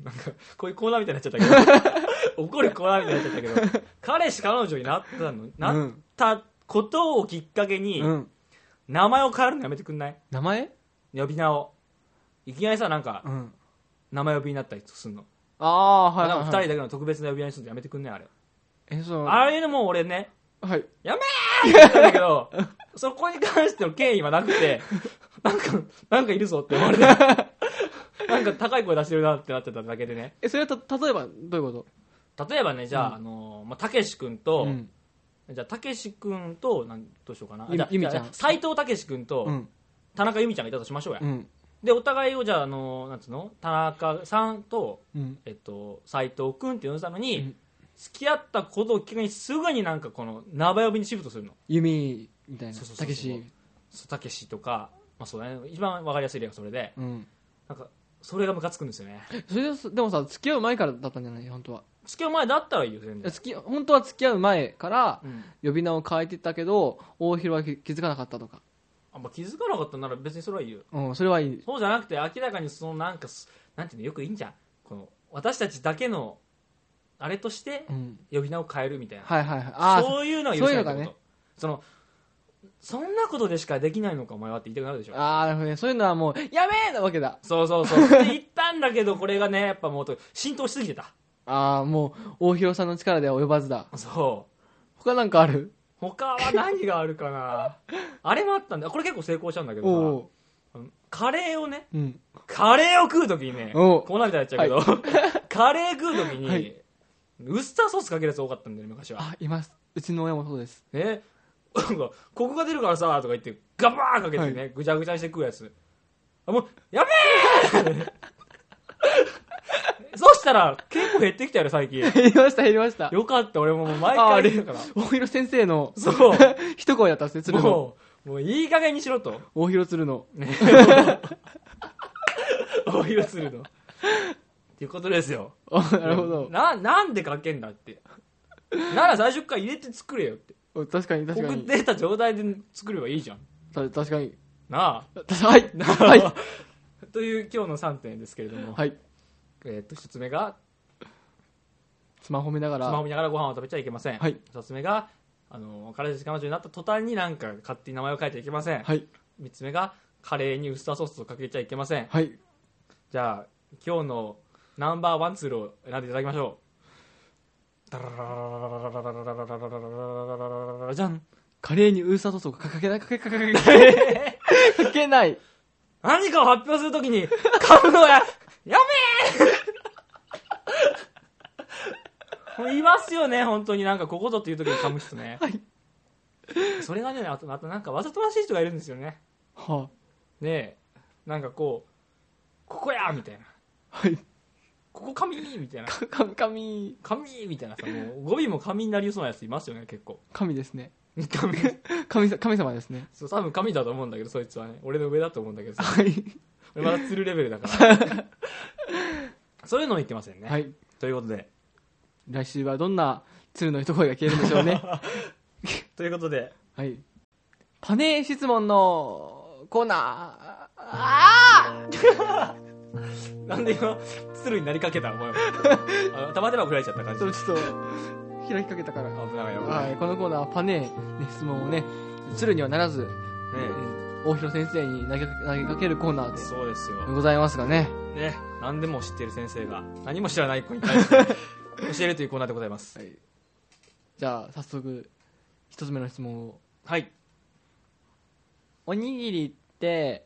A: なんかこういうコーナーみたいになっちゃったけ ど怒るコーナーみたいになっちゃったけど彼氏彼女になったのなったことをきっかけに、
B: うんうん
A: 名前を変えるのやめてくんない
B: 名前
A: 呼び名をいきなりさなんか
B: うん
A: 名前呼びになったりすんの、
B: ああはい
A: な
B: は
A: んか2人
B: い、はい、
A: だけの特別な呼び名にするのやめてくんないあれ
B: えその
A: ああいうのも俺ね
B: はい
A: 言ったんだけどそこに関しての敬意はなくてなんかなんかいるぞって思われてなんか高い声出してるなってなってただけでね
B: えそれはた例えばどういうこ
A: 例えばねじゃあ、
B: うん
A: あのまあたけし君と、
B: とうん
A: じゃあたけし君となんどうしようかな
B: ゆ
A: じゃあ
B: ゆみちゃん
A: じゃあ斉藤たけし君と、
B: うん
A: 田中由美ちゃんがいたとしましょうや、
B: うん
A: でお互いをじゃああのなんつうの田中さんと
B: うん
A: えっと、斉藤君って呼んでたのに、
B: うん
A: 付き合ったことをきっかけにすぐになんかこの名前呼びにシフトするの
B: 弓みたいな
A: そうそうそうそう
B: たけし
A: そうたけしとか、まあ、そうだね一番わかりやすい例がそれで
B: うん
A: なんかそれがムカつくんですよね
B: それででもさ付き合う前からだったんじゃない本当は
A: 付き合う前だったらいいよ全
B: いや
A: 然、
B: 付き本当は付き合う前から
A: うん
B: 呼び名を変えてたけど大広は気づかなかったとか
A: あんま気づかなかったなら別にそれはいいよ
B: うんそれはいい
A: そうじゃなくて明らかにそのなんかすなんていうのよくいいんじゃんこの私たちだけのあれとして
B: うん
A: 呼び名を変えるみたいな、
B: はいはいはいああ
A: そういうのが許せないってこと
B: そういうのがね
A: そのそんなことでしかできないのかお前はって言いたくなるでしょ
B: あーなるほどねそういうのはもうやべえなわけだ
A: そうそうそう。って言ったんだけど、これがね、やっぱもうと浸透しすぎてた。
B: ああもう大広さんの力では及ばずだ
A: そう。
B: 他なんかある
A: 他は何があるかなあれもあったんだ。これ結構成功したんだけ
B: お
A: ど
B: お
A: さ、カレーをね、
B: ううん
A: カレーを食うときにね、
B: おう
A: こうなみたいになっちゃうけど、 カレー食うときに、
B: はい
A: ウスターソースかけるやつ多かったんだよね、昔は。
B: あいますうちの親もそうです
A: ね。なんか、ここが出るからさ、とか言って、ガバーンかけてね、ぐちゃぐちゃにして食うやつ。あ、もう、やべえ そうしたら、結構減ってきたよね、最近。
B: 減りました減りました
A: よかった、俺ももう毎
B: あーあ
A: 回
B: れ
A: 言うから。
B: 大広先生の
A: そ
B: 一声だったんですね
A: う。
B: 鶴の
A: もう、もういい加減にしろと。
B: 大広鶴の
A: 応用するの。っていうことですよ。
B: あなるほど
A: な、なんで書けんだって。なら最初から入れて作れよって。
B: 確かに確か
A: 送っ
B: に
A: てた状態で作ればいいじゃん。
B: た確かに
A: な
B: は
A: あ。
B: いはい
A: という今日の3点ですけれども。
B: はい
A: えーっと、1つ目が、
B: スマホ見なが
A: スマホ
B: ら
A: 見ながらご飯を食べちゃいけません。
B: はい
A: 2つ目が、あの、彼氏彼女になった途端になんか勝手に名前を変えちゃいけません。
B: はい
A: 3つ目が、カレーにウスターソースをかけちゃいけません。
B: はい
A: じゃあ今日のナンバーワンツールを選んでいただきましょうじゃん
B: カレーにウースターソースをかけないかけかけかけかけかけない
A: 何かを発表するときに買うの ややめえいますよね本当になんかここぞっていう時に噛む人ね
B: はい
A: それがねあとあとなんかわざとらしい人がいるんですよね
B: は
A: ねえなんかこうここやみたいな
B: あはい
A: ここ紙みたいな
B: かか神
A: 紙みたいなさもう語尾も紙になりそうなやついますよね結構
B: 神ですね
A: 紙
B: 神さ神様ですね
A: そう多分神だと思うんだけどそいつはね俺の上だと思うんだけどさ
B: はい
A: 俺まだ釣るレベルだから そういうのもいけませんね、
B: はい
A: ということで
B: 来週はどんな鶴の一声が消えるんでしょう ね
A: ということで
B: はいパネ質問のコーナーあ
A: なんで今鶴になりかけたお前もあ頭では振られちゃった感
B: ー
A: じ
B: ちょっと開きかけたから
A: あ危ないよ、
B: は
A: ね
B: いこのコーナーはパネね質問をね鶴にはならずえー大広先生に投げかけ投げかけるコーナー
A: え、
B: で
A: そうですよ
B: ございますがね
A: ね何でも知ってる先生が何も知らない子に対して教えるというコーナーでございます
B: はい、じゃあ早速一つ目の質問を
A: はい
B: おにぎりって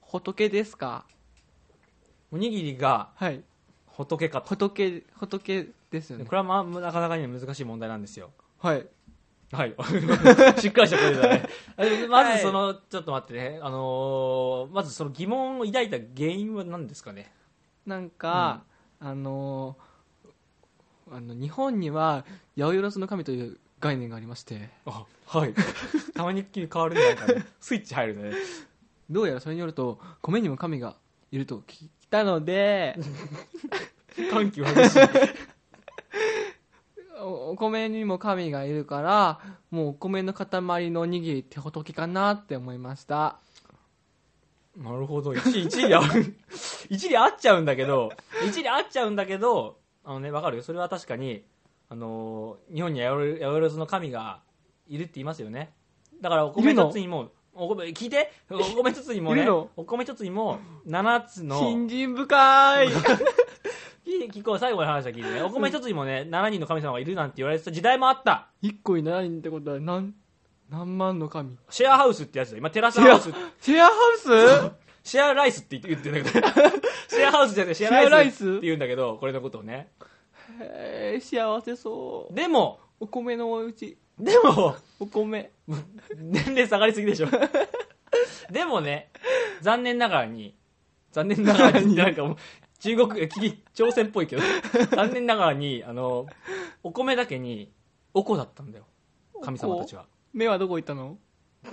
B: 仏ですか
A: おにぎりが
B: はい
A: 仏かと
B: 仏仏ですよね
A: これはまあなかなかに難しい問題なんですよ
B: はい
A: はいしっかりした答えだねまずその、ちょっと待ってねあのーまずその疑問を抱いた原因は何ですかね
B: なんか、あのーあの日本には八百万の神という概念がありまして
A: あはいたまに一気に変わるんじゃないかねスイッチ入るね
B: どうやらそれによると米にも神がいると聞いたの で
A: 歓喜は嬉 しい
B: おお米にも神がいるからもうお米の塊のおにぎりって仏かなって思いました
A: なるほど一理一理合う 一理合っちゃうんだけど一理合っちゃうんだけどあのねわかるよそれは確かにあのー日本には八百万の神がいるって言いますよねだからお米
B: いるの
A: 一つにもお米聞いてお米一つにも
B: い
A: ね
B: るの
A: お米一つにも7つの
B: 信心深い
A: 聞聞こう最後の話は聞いてねお米一つにもね7人の神様がいるなんて言われてた時代もあった
B: 一個にないんってことは何何万の神
A: シェアハウスってやつだ今テラスハウス
B: シェアハウ
A: シェアライスって言って言ってんだけ どシェアハウスじゃなくてシェアライスって言うんだけどこれのことをね
B: スへえ幸せそう
A: でも
B: お米のお家
A: でも、
B: お米
A: 年齢下がりすぎで しょ。でもね、残念ながらに、残念ながらに、 なんかもう、中国、き朝鮮っぽいけど、残念ながらに、あの、お米だけに、おこだったんだよ。神様たちは。
B: 目はどこ行ったの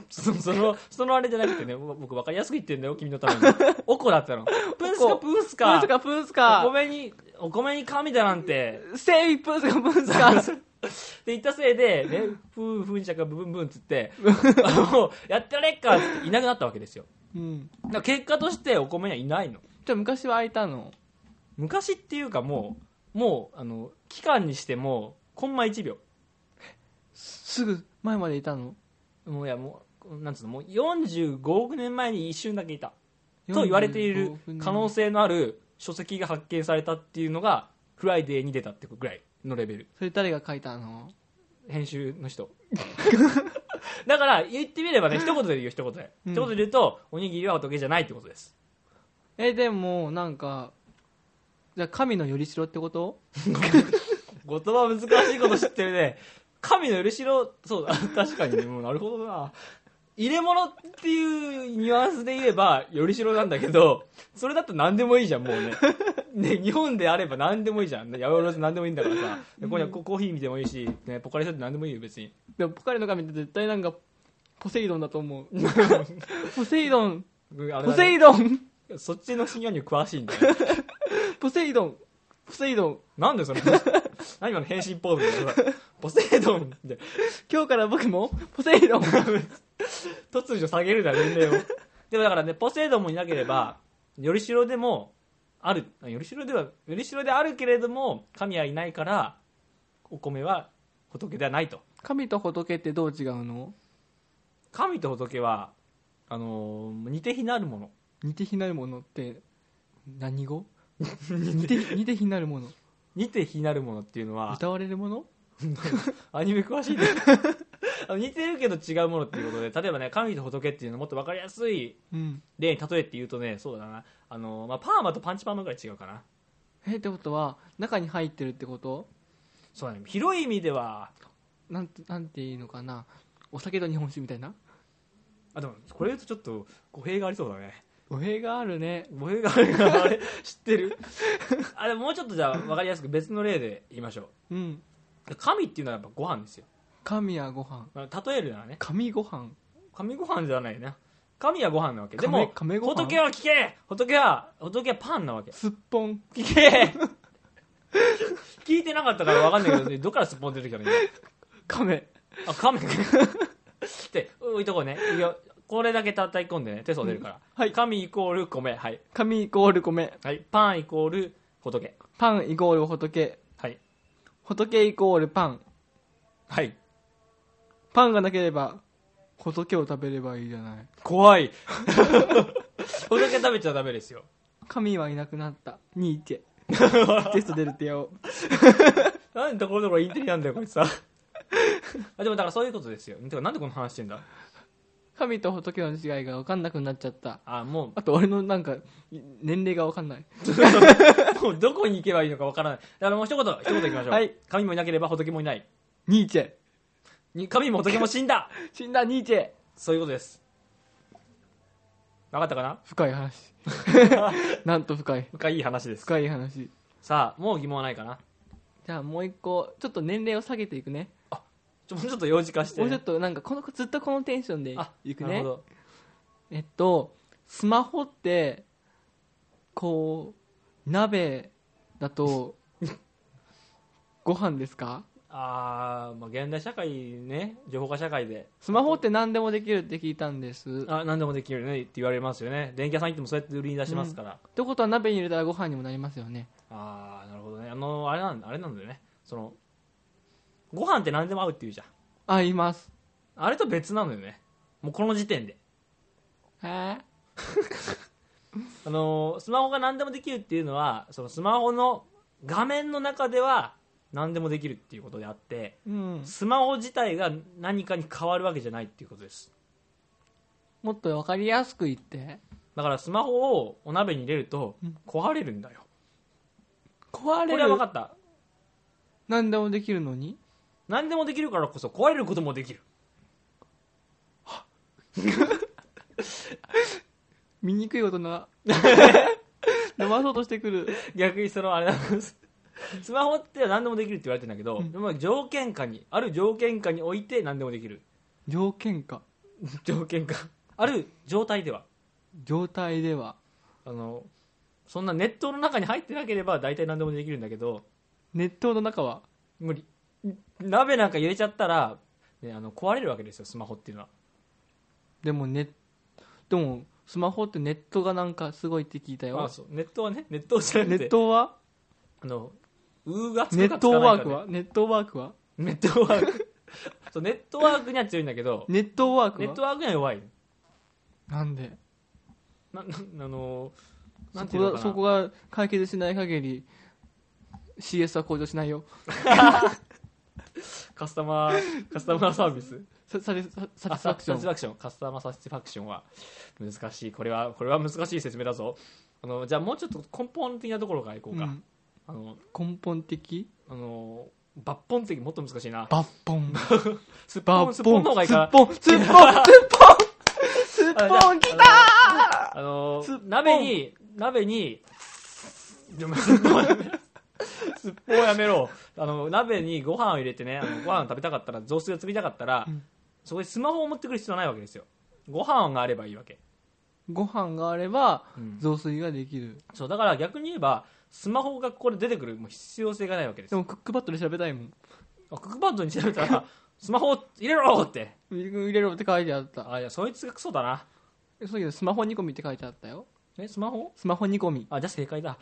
A: そその、そのあれじゃなくてね、僕僕分かりやすく言ってんだよ、君のために。 おこだったの。プンスカ、プンス
B: プース
A: カ。
B: カプース
A: お
B: カ
A: 米に、お米に神だなんて。
B: セイプースカプースカ
A: って言ったせいで、ね、ふんふんしゃかブンブンつって、あのやってられっかっつっていなくなったわけですよ。
B: うん
A: だから結果としてお米にはいないの。
B: じゃあ昔は開いたの
A: 昔っていうかもう、もう、あの、期間にしても、コンマ1秒。
B: すぐ前までいたの
A: もういや、もう、なんつうの、もう45億年前に一瞬だけいた。と言われている可能
B: 性
A: 性のある書籍が発見されたっていうのが、フライデーに出たってぐらいのレベル。
B: それ誰が書いたの
A: 編集の人 だから言ってみればね一言で言う一言で、
B: うん
A: 一言で言うとおにぎりは仏じゃないってことです
B: えでもなんかじゃあ神のよりしろってこと
A: 言葉難しいこと知ってるね神のしろそうだ確かにねもうなるほどな入れ物っていうニュアンスで言えばりしろなんだけどそれだと何でもいいじゃんもうねね日本であれば何でもいいじゃん八百万何でもいいんだからさでここにはココーヒー見てもいいし、ね、ポカリスエット何でもいいよ別に
B: でもポカリの神って絶対なんかポセイドンだと思う ポセイドン
A: うんあれ
B: ポ
A: だね
B: セイドン
A: そっちの信用に詳しいんだよ
B: ポセイドンポセイドン
A: なんでそれ 何今の変身ポーズでポセイドンで
B: 今日から僕もポセイドン
A: 突如下げるな年齢をでもだからねポセイドンもいなければよりしろでもあるよりしろではよりしろであるけれども神はいないからお米は仏ではないと
B: 神と仏ってどう違うの
A: 神と仏はあのー似て非なるもの
B: 似て非なるものって何語似て似て非なるもの
A: 似て非なるものっていうのは
B: 歌われるもの
A: アニメ詳しいねあの似てるけど違うものっていうことで例えばね神と仏っていうのもっと分かりやすい
B: うん
A: 例に例えて言うとねそうだなあの、まあ、パーマとパンチパーマぐらい違うかな
B: えってことは中に入ってるってこと
A: そうだね広い意味では
B: なんてなんていいのかなお酒と日本酒みたいな
A: あでもこれ言うとちょっと語弊がありそうだね
B: おへがあるね
A: 語弊があるからあれ知ってるあでももうちょっとじゃあ分かりやすく別の例で言いましょ
B: うん
A: う神っていうのはやっぱご飯ですよ
B: 神はご飯
A: まあ例えるならね
B: 神ご飯
A: 神ご飯じゃないよね神はご飯なわけで
B: 亀
A: も
B: 亀ご飯
A: 仏は聞け仏は仏はパンなわけ
B: すっぽん
A: 聞け聞いてなかったから分かんないけど、ね、どっからすっぽん出てきたの今
B: 亀
A: あ、カメ 君。って、置いとこうね。いや、これだけ叩き込んでね、手相出るから。
B: はい
A: 神イコール米。はい。
B: 神イコール米
A: はい。パンイコール仏。
B: パンイコール仏
A: はい。
B: 仏イコールパン
A: はい。
B: パンがなければ仏を食べればいいじゃない
A: 怖 い。仏食べちゃダメですよ。
B: 神はいなくなったニ ーチェテスト出るってよ
A: なんでところどころインテリなんだよ、こいつさ。あでもだからそういうことですよ。てか、なんでこの話してんだ
B: 神と仏の違いが分かんなくなっちゃった
A: あもう
B: あと俺のなんかい年齢が分かんない
A: もうどこに行けばいいのかわからない。だからもう一言、一言いきましょう。
B: はい
A: 神もいなければ仏もいない。
B: ニーチェ
A: に神も仏も死ん だ
B: 死んだニーチェ
A: そういうことです。わかったかな
B: 深 い話なんと深い
A: 深いい話です。
B: 深い話
A: さあ、もう疑問はないかな
B: じゃあもう一個ちょっと年齢を下げていくね
A: ちょもうちょっと幼児化して。
B: もうちょっとなんかこのずっとこのテンションで
A: あ、
B: いく
A: な
B: ね
A: るほど。
B: えっとスマホってこう鍋だとご飯ですか
A: あー、まあ、現代社会ね、情報化社会で、
B: スマホって何でもできるって聞いたんです
A: あ、何でもできるねって言われますよね。電気屋さん行ってもそうやって売りに出しますから。
B: ってことは鍋に入れたらご飯にもなりますよね
A: あー、なるほどね。あの、あれなんあれなんだよね。その、ご飯って何でも合うっていうじゃん。
B: あいます
A: あれと別なのよね。もうこの時点で。
B: え
A: あのースマホが何でもできるっていうのはそのスマホの画面の中では何でもできるっていうことであって
B: うん
A: スマホ自体が何かに変わるわけじゃないっていうことです
B: もっと分かりやすく言って
A: だからスマホをお鍋に入れると壊れるんだよ、
B: 壊
A: こ
B: れ
A: れは分か
B: る
A: った
B: 何でもできるのに
A: 何でもできるからこそ壊れることもで きる
B: 醜い大人 伸ばそうとしてくる
A: 逆にそのあれなんです スマホって何でもできるって言われてんだけど、
B: うん
A: でも条件下にある条件下において何でもで きる
B: 条件か
A: 条件下ある状態では
B: 状態では
A: あのそんなネットの中に入ってなければ大体何でもできるんだけど
B: 熱湯の中は
A: 無理鍋なんか入れちゃったら、ね、あの壊れるわけですよスマホっていうのは
B: でもネでもスマホってネットがなんかすごいって聞いたよ、
A: あそうネットはねネットじゃ
B: ネ
A: なく
B: ッ
A: て
B: トは
A: あのうーがつ
B: ネ
A: くか
B: ッ
A: つ
B: ト
A: かな
B: ワ
A: い
B: ー
A: か
B: ク
A: で
B: はネットワークは
A: ネットワーク そうネットワークには強いんだけど
B: ネットワーク
A: ネ
B: は
A: ットワークには弱い
B: なんで
A: ななあのな
B: そ
A: んてい
B: こ
A: うの
B: が
A: かな
B: そこが解決しない限り CS は向上しないよ
A: カスタマーカスタマーサービス
B: ササリササティ
A: あ
B: スファ
A: サ
B: ク
A: テ
B: シ
A: ィスフ
B: ョン
A: ァクションカスタマーサティスファクションは難しいこれはこれは難しい説明だぞあのじゃあもうちょっと根本的なところからいこうか、
B: うん
A: あの
B: 根本的
A: あの抜本的もっと難しいな
B: 抜 本
A: すっぽ
B: 抜
A: ん
B: 本
A: すっぽんの方がいいか
B: す
A: ら
B: っぽ んすっぽんすっぽんすっ
A: あじゃあ
B: ぽんきた
A: あの
B: すっぽん
A: 鍋に鍋にでもすっぽんすっぽんやめろあの鍋にご飯を入れてねあのご飯食べたかったら雑炊を作りたかったら、
B: うん
A: そこにスマホを持ってくる必要はないわけですよご飯があればいいわけ、
B: ご飯があれば
A: うん
B: 雑炊ができる
A: そうだから逆に言えばスマホがここで出てくるもう必要性がないわけです
B: で
A: よ
B: もクックパッドで調べたいもん
A: あクックパッドに調べたらスマホを入れろって
B: ミルク入れろって書いてあった
A: あいやそいつがクソだな
B: えそうだけどスマホ煮込みって書いてあったよ
A: えスマホ
B: スマホ煮込み
A: あ、じゃあ正解 だ。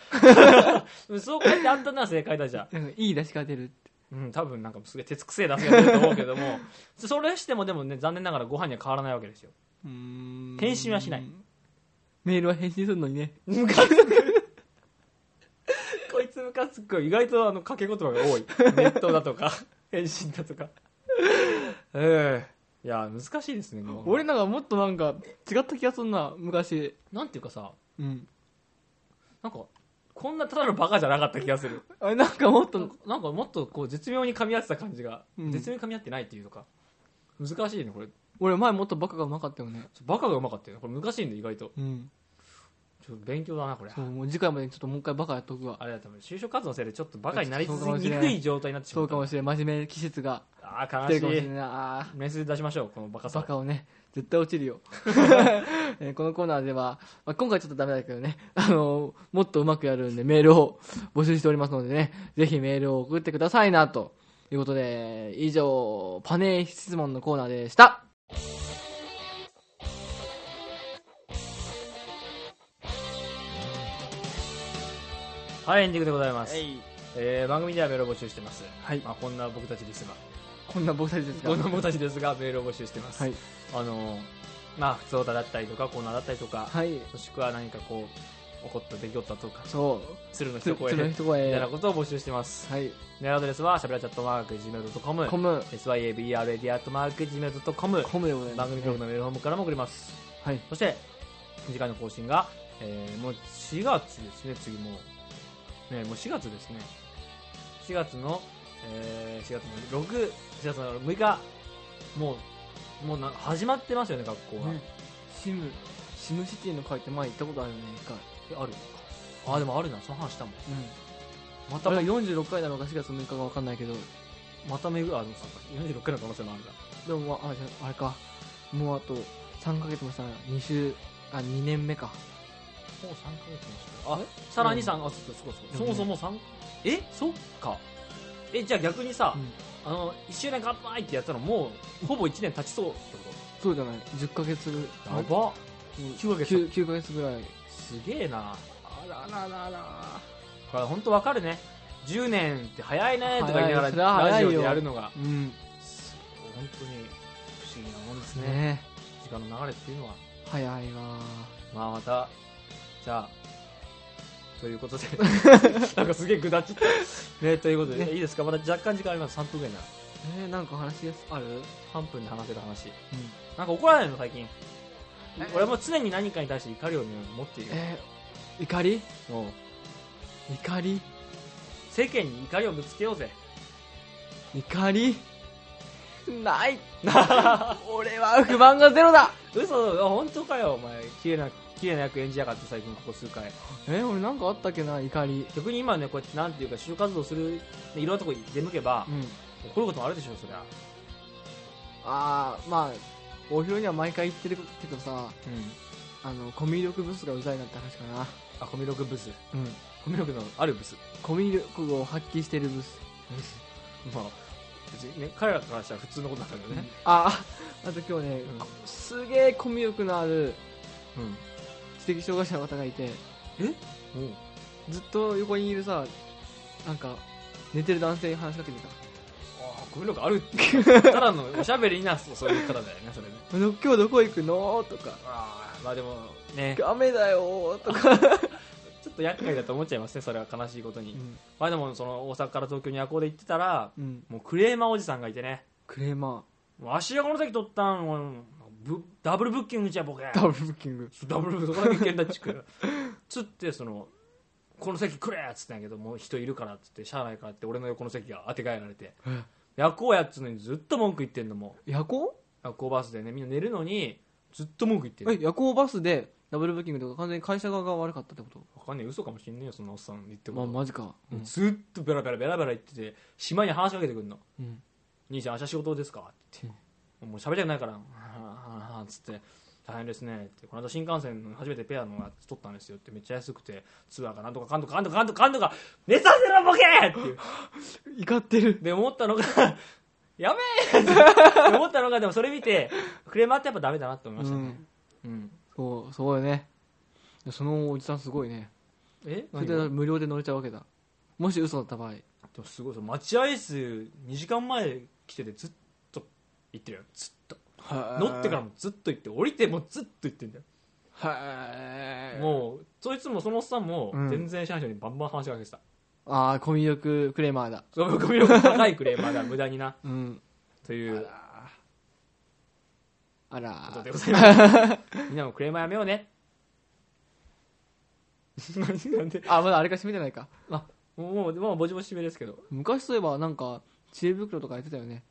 A: そう書いてあったなら正解だじゃあ。
B: うんいい出汁が出るって
A: うん、多分なんかすげえ鉄くせえ出汁が出ると思うけど も、それしてもでもね、残念ながらご飯には変わらないわけですよ。
B: うーん
A: 返信はしない
B: メールは返信するのにね
A: ムカつく。こいつムカつく。意外とあの、掛け言葉が多 い。ネットだとか、返信だとか。ええいや、難しいですね、もう
B: 俺なんかもっとなんか違った気がするな昔
A: なんていうかさ、
B: うん
A: なんか、こんなただのバカじゃなかった気がする。
B: あれなんかもっ
A: なん
B: と
A: かなんかもっとこう、絶妙に噛み合ってた感じが、
B: うん
A: 絶妙に噛み合ってないっていうのか。難しいね、これ。
B: 俺前もっとバカがうまかったよね
A: バカがうまかったよねこれ難しいんで意外と
B: うん
A: ちょっと勉強だなこれ
B: そうもう次回までにちょっともう一回バカやっとくわ
A: あれだ多分就職活動のせいでちょっとバカになり
B: そう
A: す
B: かもし
A: ぎ
B: れ
A: に
B: ない
A: くい状態になってし
B: そ
A: ま
B: う
A: った
B: かもしれない真面目季節が
A: あ
B: 来
A: あ
B: て
A: 悲
B: るかもし
A: し
B: れ
A: い
B: ないあー
A: 面接出しましょうこのバカさ
B: バカをね絶対落ちる よ、えーこのコーナーでは、まあ、今回ちょっとダメだけどね、 あのーもっとうまくやるんでメールを募集しておりますのでねぜひメールを送ってくださいなということで以上パネ質問のコーナーでした
A: はいエンディングでございます、
B: い、
A: えー番組ではメールを募集してます、
B: はい
A: まあ、こんな僕たちですが
B: こんな僕たちですが
A: こんな僕たちですがメールを募集してます、
B: はい、
A: あのーまあ普通歌だったりとかコーナーだったりとか、
B: はい、
A: もしくは何かこう起こった出来事とか
B: そ
A: 鶴の
B: うつ
A: 一声
B: 鶴の
A: み
B: 一声
A: たいなことを募集してます
B: はい
A: メールアドレスはしゃべらチャットマーク Gmail.com
B: コム
A: SYABRAD.gmail.com
B: コムでございま
A: 番
B: す
A: 組ブログのメールフォームからも送れます
B: はい
A: そして次回の更新が、えーもう4月ですね次もうねもう4月ですね4月の、えー4月の6 4月の6日もうもうな始まってますよね学校が、
B: ねシムシムシティの会って前行ったことあるよね一回
A: えあるあでもあるなその話したもんま
B: あ
A: た
B: れが46回なのか4月6日か分かんないけど
A: まためぐあでもそっか46回の可能性もあるな
B: でもまああじゃああれかもうあと3ヶ月もしたら2週あ2年目か
A: もう3ヶ月もしてるあさらに3、あそうそうそうそうそもそも3えそっかえじゃあ逆にさ、
B: うん
A: あの1周年乾杯ってやったのもうほぼ1年経ちそうってこ
B: そうじゃない10ヶ月ぐ
A: と
B: ら
A: や
B: い
A: ば
B: 9
A: 9ヶ月
B: ヶ月ぐらい
A: すげえな
B: あらららら
A: これ本当わかるね10年って早いねとか言いな
B: 早いそ
A: がら
B: れは
A: ラ
B: 早い
A: ジ
B: よ
A: オでやるのが
B: うんね
A: 本当に不思議なもんですね
B: え
A: 時間の流れっていうのは
B: 早いわ
A: まあまたじゃあという ことでなんかすげえぐだちったねということで、
B: ね
A: いいですかまだ若干時間あります3分ぐらいなら
B: えー、なんか話ですあるうん
A: 半分で話せる話なんか怒らないの最近俺も常に何かに対して怒るように持っている
B: えー、怒り
A: もう
B: 怒り
A: 世間に怒りをぶつけようぜ
B: 怒りない 俺は不満がゼロだ
A: 嘘本当かよお前綺麗な綺麗な役演じやがって最近ここ数回
B: えー、俺なんかあったっけな怒り
A: 逆に今ねこうやってなんていうか就活動するねいろんなとこに出向けば
B: うん
A: 怒ることもあるでしょそりゃ
B: ああまあお風呂には毎回行ってるけどさ
A: うん
B: あのコミュ力ブスがうざいなって話かな
A: あコミュ力ブス
B: うん
A: コミュ力のあるブス
B: コミュ力を発揮してるブス
A: まあ別にね彼らからしたら普通のことなんだけどね
B: あああと今日ね、
A: うん
B: こすげえコミュ力のある
A: うん
B: 知的障害者の方がいてずっと横にいるさなんか寝てる男性に話しかけてた
A: ああコミュ力あるってただのおしゃべりなそうそういう方だよねそれね
B: 「ど今日どこ行くの?」とか
A: ああまあでもね
B: 「雨だよ」とか、
A: ちょっと厄介だと思っちゃいますねそれは悲しいことに、
B: うん
A: まあでもその大阪から東京に夜行で行ってたらもうクレーマーおじさんがいてね
B: クレーマ
A: わしがこの時取ったんうんぶダブルブッキングじゃボケ
B: ーダブルブッキング
A: ダブルそこだけケンタッチク つってそのこの席くれっつったんやけどもう人いるからっつってしゃあないからって俺の横の席が当て替えられて
B: え
A: 夜行やっつうのにずっと文句言ってんのもう
B: 夜行
A: 夜行バスでねみんな寝るのにずっと文句言ってる
B: え夜行バスでダブルブッキングとか完全に会社側が悪かったってこと
A: わかんねえ嘘かもしんねえよそんなおっさん言って
B: まあ
A: も、
B: マジかう
A: うんずっとベラベラベラベラ言っててしまいに話しかけてくんの
B: うん
A: 兄ちゃん明日仕事ですか?」って言って「もう喋りたくないから」はあはあっつって「大変ですね」って「この間新幹線の初めてペアのやつ取ったんですよ」って「めっちゃ安くてツアーがなんとかかんとかかんとかかんとかかんとか寝させろボケ!」っていう
B: 怒ってる
A: で思ったのがやべえって思ったのがでもそれ見てクレーマーってやっぱダメだなって思いましたね、うん
B: そうそうよねそのおじさんすごいね
A: え
B: そ
A: 何
B: れ
A: がで
B: で無料で乗れちゃうわけだもし嘘だった場合
A: もすごいその待合室2時間前来ててずっと行ってるよずっと乗ってからもずっと行って降りてもずっと行ってんだよ
B: はい
A: もうそいつもそのおっさんも
B: うん
A: 全然知らない人にバンバン話しかけてた、
B: ああコミュ力クレーマーだ
A: そのゴミ力高いクレーマーが無駄にな
B: うん
A: という
B: あ
A: こと
B: ら
A: でございますみんなもクレーマーやめようね何なんで
B: あまだあれか閉めてないか
A: もうもうぼちぼち締めですけど
B: 昔そういえばなんか知恵袋とかやってたよね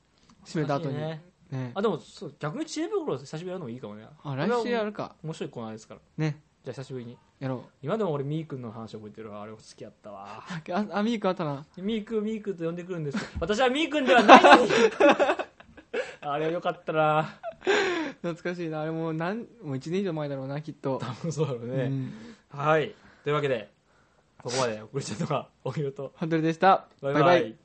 B: 閉めた後に
A: 懐か
B: ね
A: しいあでもそう逆に知恵袋久しぶりにやるのもいいかもね
B: あ来週やるか
A: 面白いコーナーですから
B: ね
A: じゃあ久しぶりに
B: やろ
A: 今でも俺みーくんの話覚えてるわあれ好きやったわ
B: うああミークあったな
A: みーくんみーくんと呼んでくるんです私はみーくんではない のにあれはよかったな
B: 懐かしいなあれもうなんもう1年以上前だろうなきっと
A: 多 分そうだろうね、
B: うん
A: はい。というわけで、ここまで送りちゃったのが、おぎゅうと。
B: ハンドルでした
A: バイバイ。